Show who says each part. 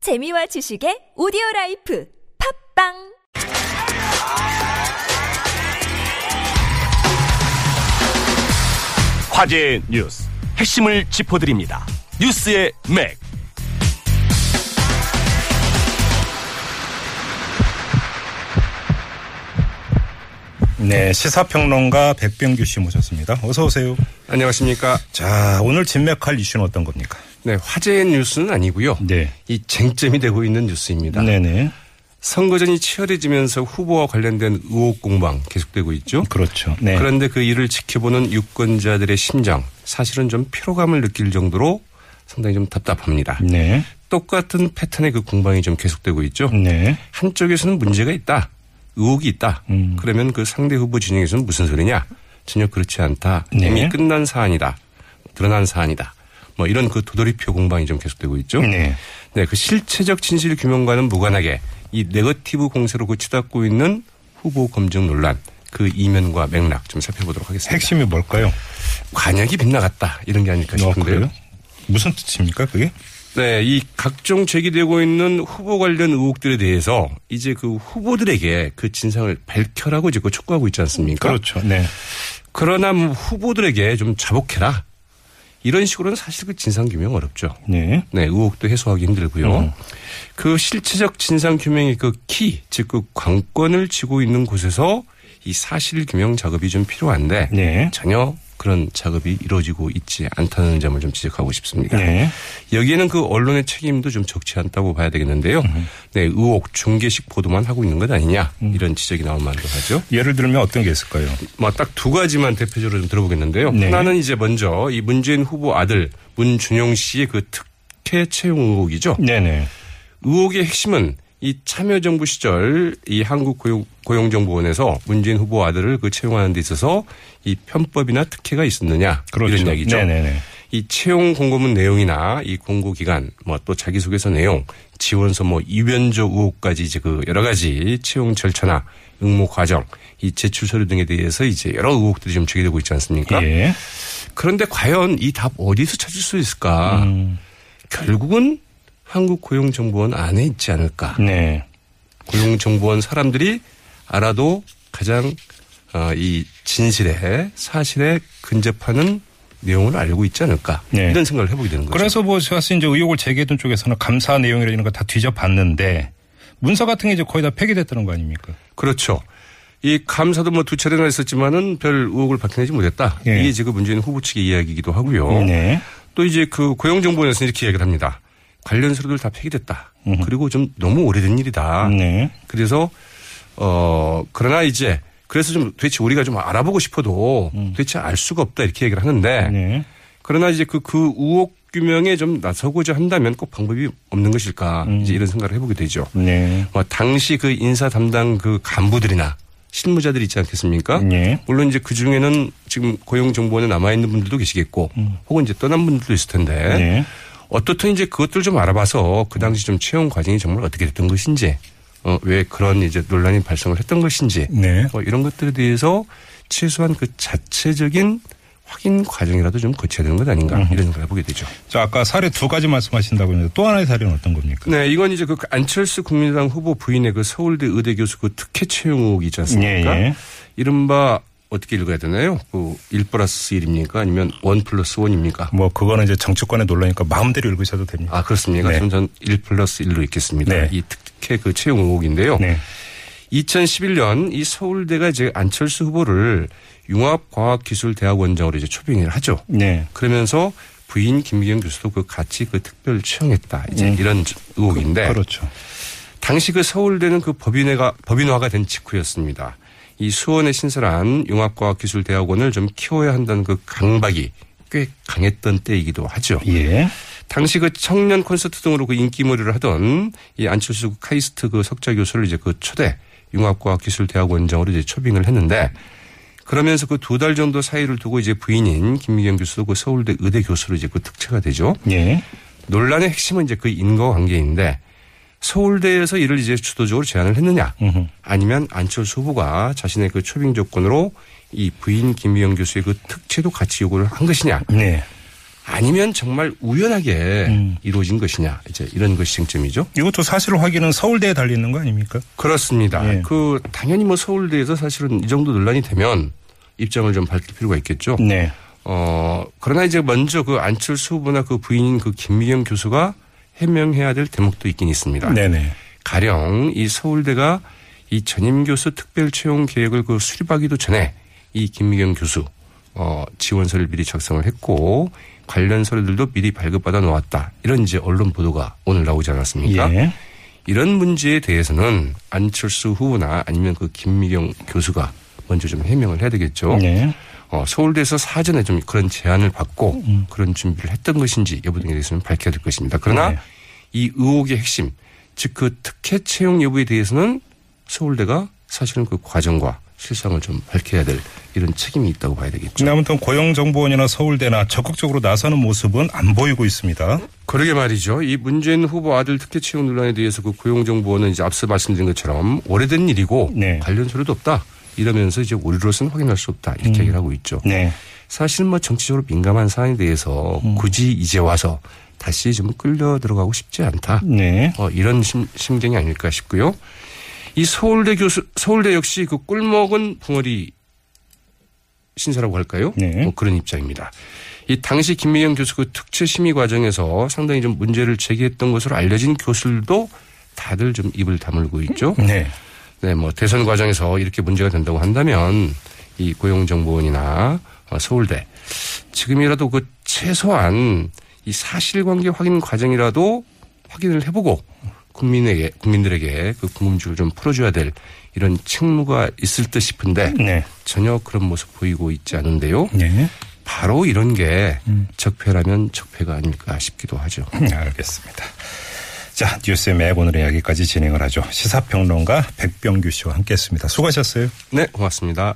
Speaker 1: 재미와 지식의 오디오 라이프 팝빵
Speaker 2: 화제 뉴스 핵심을 짚어드립니다. 뉴스의 맥.
Speaker 3: 네, 시사평론가 백병규 씨 모셨습니다. 어서 오세요.
Speaker 4: 안녕하십니까.
Speaker 3: 자, 오늘 진맥할 이슈는 어떤 겁니까?
Speaker 4: 네, 화제의 뉴스는 아니고요.
Speaker 3: 네.
Speaker 4: 이 쟁점이 되고 있는 뉴스입니다.
Speaker 3: 네네.
Speaker 4: 선거전이 치열해지면서 후보와 관련된 의혹 공방 계속되고 있죠.
Speaker 3: 그렇죠. 네.
Speaker 4: 그런데 그 일을 지켜보는 유권자들의 심정, 사실은 좀 피로감을 느낄 정도로 상당히 좀 답답합니다.
Speaker 3: 네.
Speaker 4: 똑같은 패턴의 그 공방이 좀 계속되고 있죠.
Speaker 3: 네.
Speaker 4: 한쪽에서는 문제가 있다. 의혹이 있다. 그러면 그 상대 후보 진영에서는 무슨 소리냐? 전혀 그렇지 않다.
Speaker 3: 네.
Speaker 4: 이미 끝난 사안이다. 드러난 사안이다. 뭐 이런 그 도돌이표 공방이 좀 계속되고 있죠.
Speaker 3: 네.
Speaker 4: 네, 그 실체적 진실 규명과는 무관하게 이 네거티브 공세로 그 치닫고 있는 후보 검증 논란 그 이면과 맥락 좀 살펴보도록 하겠습니다.
Speaker 3: 핵심이 뭘까요?
Speaker 4: 관역이 빗나갔다 이런 게 아닐까
Speaker 3: 어,
Speaker 4: 싶은데요.
Speaker 3: 그래요? 무슨 뜻입니까, 그게?
Speaker 4: 네, 이 각종 제기되고 있는 후보 관련 의혹들에 대해서 이제 그 후보들에게 그 진상을 밝혀라고 지금 촉구하고 있지 않습니까?
Speaker 3: 그렇죠. 네.
Speaker 4: 그러나 뭐 후보들에게 좀 자복해라. 이런 식으로는 사실 그 진상 규명 어렵죠.
Speaker 3: 네.
Speaker 4: 네, 의혹도 해소하기 힘들고요.
Speaker 3: 음.
Speaker 4: 그 실체적 진상 규명의 그 키, 즉 그 관건을 쥐고 있는 곳에서 이 사실 규명 작업이 좀 필요한데
Speaker 3: 네.
Speaker 4: 전혀 그런 작업이 이루어지고 있지 않다는 점을 좀 지적하고 싶습니다.
Speaker 3: 네.
Speaker 4: 여기에는 그 언론의 책임도 좀 적지 않다고 봐야 되겠는데요. 네, 의혹 중계식 보도만 하고 있는 것 아니냐 이런 지적이 나올 만도 하죠.
Speaker 3: 예를 들면 어떤 게 있을까요?
Speaker 4: 뭐 딱 두 가지만 대표적으로 좀 들어보겠는데요.
Speaker 3: 네.
Speaker 4: 하나는 이제 먼저 이 문재인 후보 아들 문준용 씨의 그 특혜 채용 의혹이죠.
Speaker 3: 네네.
Speaker 4: 의혹의 핵심은 이 참여정부 시절 이 한국 고용, 고용정보원에서 문재인 후보 아들을 그 채용하는 데 있어서 이 편법이나 특혜가 있었느냐
Speaker 3: 그렇죠.
Speaker 4: 이런 얘기죠.
Speaker 3: 네네네.
Speaker 4: 이 채용 공고문 내용이나 이 공고 기간 뭐 또 자기소개서 내용 지원서 뭐 이변조 의혹까지 이제 그 여러 가지 채용 절차나 응모 과정 이 제출 서류 등에 대해서 이제 여러 의혹들이 좀 제기되고 있지 않습니까?
Speaker 3: 예.
Speaker 4: 그런데 과연 이 답 어디서 찾을 수 있을까?
Speaker 3: 음.
Speaker 4: 결국은 한국고용정보원 안에 있지 않을까?
Speaker 3: 네.
Speaker 4: 고용정보원 사람들이 알아도 가장 어, 이 진실에 사실에 근접하는 내용을 알고 있지 않을까
Speaker 3: 네.
Speaker 4: 이런 생각을 해보게 되는 거죠.
Speaker 3: 그래서 뭐 사실 이제 의혹을 제기했던 쪽에서는 감사 내용이라 이런 거 다 뒤져봤는데 문서 같은 게 이제 거의 다 폐기됐다는 거 아닙니까?
Speaker 4: 그렇죠. 이 감사도 뭐 두 차례나 있었지만은 별 의혹을 밝혀내지 못했다.
Speaker 3: 예.
Speaker 4: 이게 지금 문재인 후보 측의 이야기이기도 하고요.
Speaker 3: 네.
Speaker 4: 또 이제 그 고용정보원에서 이렇게 이야기를 합니다. 관련 서류들 다 폐기됐다. 그리고 좀 너무 오래된 일이다.
Speaker 3: 네.
Speaker 4: 그래서 어 그러나 이제 그래서 좀 도대체 우리가 좀 알아보고 싶어도 도대체 알 수가 없다 이렇게 얘기를 하는데
Speaker 3: 음. 네.
Speaker 4: 그러나 이제 그 그 우혹 규명에 좀 나서고자 한다면 꼭 방법이 없는 것일까 이제 이런 생각을 해보게 되죠.
Speaker 3: 음. 네.
Speaker 4: 뭐 당시 그 인사 담당 그 간부들이나 실무자들이 있지 않겠습니까?
Speaker 3: 네.
Speaker 4: 물론 이제 그 중에는 지금 고용정보원에 남아있는 분들도 계시겠고 혹은 이제 떠난 분들도 있을 텐데
Speaker 3: 음. 네.
Speaker 4: 어떻든 이제 그것들 좀 알아봐서 그 당시 좀 채용 과정이 정말 어떻게 됐던 것인지 어, 왜 그런 이제 논란이 발생을 했던 것인지
Speaker 3: 네.
Speaker 4: 뭐 이런 것들에 대해서 최소한 그 자체적인 확인 과정이라도 좀 거쳐야 되는 것 아닌가 이런 생각을 해보게 되죠.
Speaker 3: 자, 아까 사례 두 가지 말씀하신다고 했는데 또 하나의 사례는 어떤 겁니까?
Speaker 4: 네, 이건 이제 그 안철수 국민의당 후보 부인의 그 서울대 의대 교수 그 특혜 채용 의혹이 있지 않습니까?
Speaker 3: 예, 예.
Speaker 4: 이른바 어떻게 읽어야 되나요? 그1 플러스 1입니까? 아니면 1 플러스 1입니까?
Speaker 3: 뭐 그거는 이제 정치권에 놀라니까 마음대로 읽으셔도 됩니다.
Speaker 4: 아, 그렇습니까?
Speaker 3: 네.
Speaker 4: 그럼 전1 플러스 1로 읽겠습니다.
Speaker 3: 네.
Speaker 4: 이 특혜 그 채용 의혹인데요.
Speaker 3: 네.
Speaker 4: 2011년 이 서울대가 이제 안철수 후보를 융합과학기술대학원장으로 이제 초빙을 하죠.
Speaker 3: 네.
Speaker 4: 그러면서 부인 김기현 교수도 그 같이 그 특별 채용했다. 이제 이런 의혹인데
Speaker 3: 네. 그렇죠.
Speaker 4: 당시 그 서울대는 그 법인회가 법인화가 된 직후였습니다. 이 수원에 신설한 융합과학기술대학원을 좀 키워야 한다는 그 강박이 꽤 강했던 때이기도 하죠.
Speaker 3: 예.
Speaker 4: 당시 그 청년 콘서트 등으로 그 인기몰이를 하던 이 안철수 카이스트 그 석좌 교수를 이제 그 초대 융합과학기술대학원장으로 이제 초빙을 했는데 그러면서 그 두 달 정도 사이를 두고 이제 부인인 김미경 교수도 그 서울대 의대 교수로 이제 그 특채가 되죠.
Speaker 3: 예.
Speaker 4: 논란의 핵심은 이제 그 인과관계인데 서울대에서 이를 이제 주도적으로 제안을 했느냐 아니면 안철수 후보가 자신의 그 초빙 조건으로 이 부인 김미영 교수의 그 특채도 같이 요구를 한 것이냐
Speaker 3: 네.
Speaker 4: 아니면 정말 우연하게
Speaker 3: 음.
Speaker 4: 이루어진 것이냐 이제 이런 것이 쟁점이죠.
Speaker 3: 이것도 사실 확인은 서울대에 달려 있는 거 아닙니까?
Speaker 4: 그렇습니다.
Speaker 3: 예.
Speaker 4: 그 당연히 뭐 서울대에서 사실은 이 정도 논란이 되면 입장을 좀 밝힐 필요가 있겠죠.
Speaker 3: 네.
Speaker 4: 어 그러나 이제 먼저 그 안철수 후보나 그 부인인 그 김미경 교수가 해명해야 될 대목도 있긴 있습니다.
Speaker 3: 네네.
Speaker 4: 가령 이 서울대가 이 전임 교수 특별 채용 계획을 그 수립하기도 전에 이 김미경 교수 어 지원서를 미리 작성을 했고 관련 서류들도 미리 발급받아 놓았다 이런 이제 언론 보도가 오늘 나오지 않았습니까?
Speaker 3: 예.
Speaker 4: 이런 문제에 대해서는 안철수 후보나 아니면 그 김미경 교수가 먼저 좀 해명을 해야 되겠죠.
Speaker 3: 네.
Speaker 4: 어, 서울대에서 사전에 좀 그런 제안을 받고
Speaker 3: 음,
Speaker 4: 그런 준비를 했던 것인지 여부 등에 대해서는 밝혀야 될 것입니다. 그러나
Speaker 3: 네.
Speaker 4: 이 의혹의 핵심, 즉 그 특혜 채용 여부에 대해서는 서울대가 사실은 그 과정과 실상을 좀 밝혀야 될 이런 책임이 있다고 봐야 되겠죠.
Speaker 3: 근데 아무튼 고용정보원이나 서울대나 적극적으로 나서는 모습은 안 보이고 있습니다.
Speaker 4: 그러게 말이죠. 이 문재인 후보 아들 특혜 채용 논란에 대해서 그 고용정보원은 이제 앞서 말씀드린 것처럼 오래된 일이고
Speaker 3: 네.
Speaker 4: 관련 서류도 없다. 이러면서 이제 우리로서는 확인할 수 없다. 이렇게 얘기를 하고 있죠.
Speaker 3: 네.
Speaker 4: 사실 뭐 정치적으로 민감한 사안에 대해서 굳이 이제 와서 다시 좀 끌려 들어가고 싶지 않다.
Speaker 3: 네.
Speaker 4: 어, 이런 심, 심경이 아닐까 싶고요. 이 서울대 교수, 서울대 역시 그 꿀먹은 붕어리 신사라고 할까요?
Speaker 3: 네.
Speaker 4: 뭐 그런 입장입니다. 이 당시 김미경 교수 그 특채 심의 과정에서 상당히 좀 문제를 제기했던 것으로 알려진 교수들도 다들 좀 입을 다물고 있죠.
Speaker 3: 네.
Speaker 4: 네, 뭐 대선 과정에서 이렇게 문제가 된다고 한다면 이 고용정보원이나 어, 서울대 지금이라도 그 최소한 이 사실관계 확인 과정이라도 확인을 해보고 국민에게 국민들에게 그 궁금증을 좀 풀어줘야 될 이런 책무가 있을 듯 싶은데
Speaker 3: 네.
Speaker 4: 전혀 그런 모습 보이고 있지 않은데요.
Speaker 3: 네.
Speaker 4: 바로 이런 게 적폐라면 적폐가 아닐까 싶기도 하죠.
Speaker 3: 알겠습니다. 자, 뉴스의 맥 오늘의 이야기까지 진행을 하죠. 시사평론가 백병규 씨와 함께했습니다. 수고하셨어요.
Speaker 4: 네, 고맙습니다.